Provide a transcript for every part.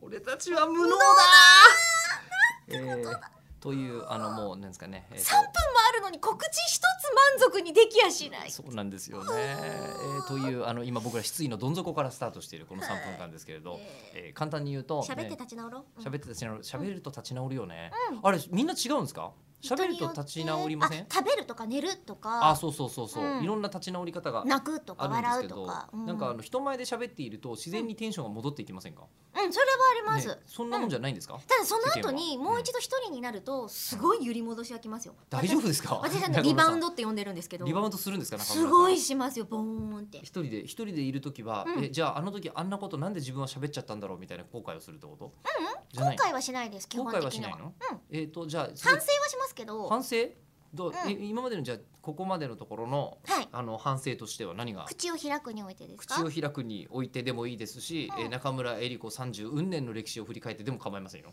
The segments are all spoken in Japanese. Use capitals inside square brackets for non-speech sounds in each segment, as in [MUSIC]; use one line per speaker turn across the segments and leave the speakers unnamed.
俺たちは無能だえーというあのもうなんですかね、えーと
3分もあるのに告知一つ満足にできやしない
そうなんですよね。えーというあの今僕ら失意のどん底からスタートしているこの3分間ですけれど、えー簡単に言うと
喋って
ね
立ち直ろう、うん
喋って立ち直る喋ると立ち直るよね、あれみんな違うんですか喋ると立ち直りません
あ食べるとか寝ると
あ
か
そうそうそうそう、
うん
いろんな立ち直り方が
泣くとか
あるんです
笑
け
う
ど
とかう
なんかあの人前で喋っていると自然にテンションが戻っていきませんか、
うんそれはあります、
ねそんなもんじゃないんですか、
ただその後にもう一度一人になるとすごい揺り戻しがきますよ、
大丈夫ですか
私私なん
中 [LAUGHS] 村さん
てリバウンドって呼んでるんですけど
リバウンドするんですか中村
す
さん
ごいしますよボーンって
一人で一人でいる時は、
うん
えじゃああの時あんなことなんで自分は喋っちゃったんだろうみたいな後悔をするってこと、うん、じゃ
後
ない
悔はしないです基
後
本
悔は
的
し
に
な
はい
の、えっ、とじゃあそれ
反省はしますけどは
反省どう、
うん
え今までのじゃあここまでのところの
い
あの反省としては何が
口を開くにおいてですか
口を開くに置いてでもいいですし、
うん
えー中村江里子30運年の歴史を振り返ってでも構いませんよ。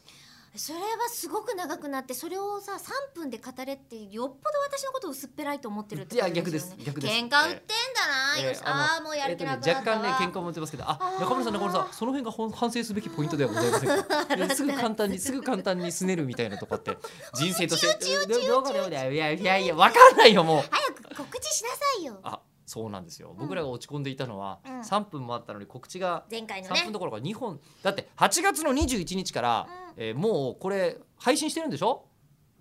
それはすごく長くなってそれをさ3分で語れってよっぽど私のことを薄っぺらいと思ってるってこと
いや逆です
よね
逆です
喧嘩売ってんだな、
えー
よしああもうやる気なくなったわ、
えーとね、若干ね喧嘩を持ってますけど、あ
あー
中村さん中村さんその辺がほん反省すべきポイントではございませんか。えーすぐ簡単にすぐ簡単にすねるみたいなとかって人生としてどどうかどうかいやいやいやわかんないよもう。
早く告知しなさいよ
あそうなんですよ。僕らが落ち込んでいたのは、
うん
3分もあったのに告知が
前回の
3
ね
分どころか2本だって8月の21日から、えーもうこれ配信してるんでしょ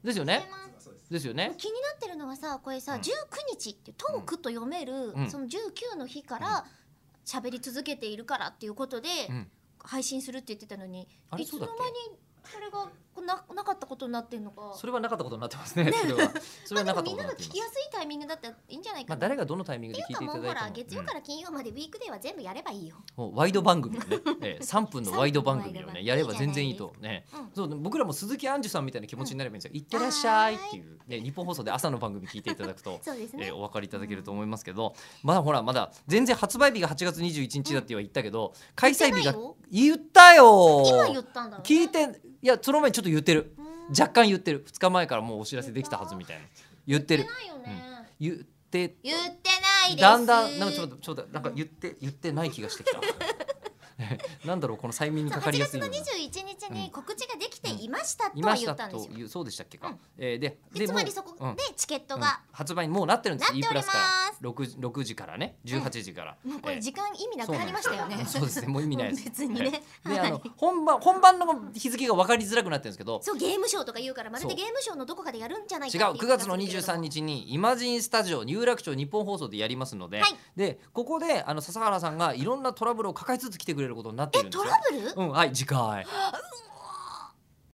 ですよねですよね
気になってるのはさこれさ、
うん
19日ってトークと読める、
ん
その19の日から喋り続けているからっていうことで、
うん
配信するって言ってたのに
あれ
いつの間
そ
に
うだっ
それがこうななかったことになってんのか
それはなかったことになってますねそれはそれは
ま
なかった
あでもみ
こ
ん
と
な
に
が
なっていま
聞き
す
やすいタイミングだったらいいんじゃない
ま
か
あ
な、
誰がどのタイミングで
っ
聞
てい
いうて
か
い
も
た
う
だ
ほ
いて
ら
も
月曜から金曜までウィークデーは全部やればいいよ、
うんもうワイド番
[LAUGHS]
組をね、えー、3分のワイド番組を
ワイド番
ね
組
やれば全然いいとね
うん
そう僕らも鈴木杏樹さんみたいな気持ちになればいいんですよ「いってらっしゃい」っていう、ね、日本放送で朝の番組聞いていただく
[LAUGHS]
と
そうですね、
えーお分かりいただけると思いますけど、まだほらまだ全然発売日が8月21日だっては言ったけど、開催日が言ったよ
今言ったんだろうね、
聞いていやその前にちょっと言ってる
うん
若干言ってる2日前からもうお知らせできたはずみたいな言ってる
言ってないよね、
言って
言ってないです
だんだんなんかちょっとちょっとなんか言って言ってない気がしてきた [LAUGHS] ねなんだろうこの催眠にかかり
8
やす
月
い
の
ような
21日に告知ができていました
い
と
ま
は
し
言
た
ったんです
と
よ。
いうそうでしたっけか、
うん
えーで
でつまり
もう
そこ
うん
でチケット
うん
が、
発売にもうなってるんです
な
E
ってお
プ
りま
ラ
す
スから6時 ,6 時からね18時から、
もうこ
え
れ
ー
時間意味なくなりましたよね。
そうですね。もう意味ないです。
[LAUGHS] 別にね
はいで、
はい
あの本番本番の日付が分かりづらくなってるんですけど。
そうゲームショーとか言うからまる
そ
で
う
ゲームショーのどこかでやるんじゃない
違
か
う
って
9
い
月の
気がす
23
るけれども
日にイマジンスタジオ有楽町日本放送でやりますので、
はい
でここであの笹原さんがいろんなトラブルを抱えつつ来てくれることになってい
え
るんです
ト
よ
ラ。ブル？
うんはい次回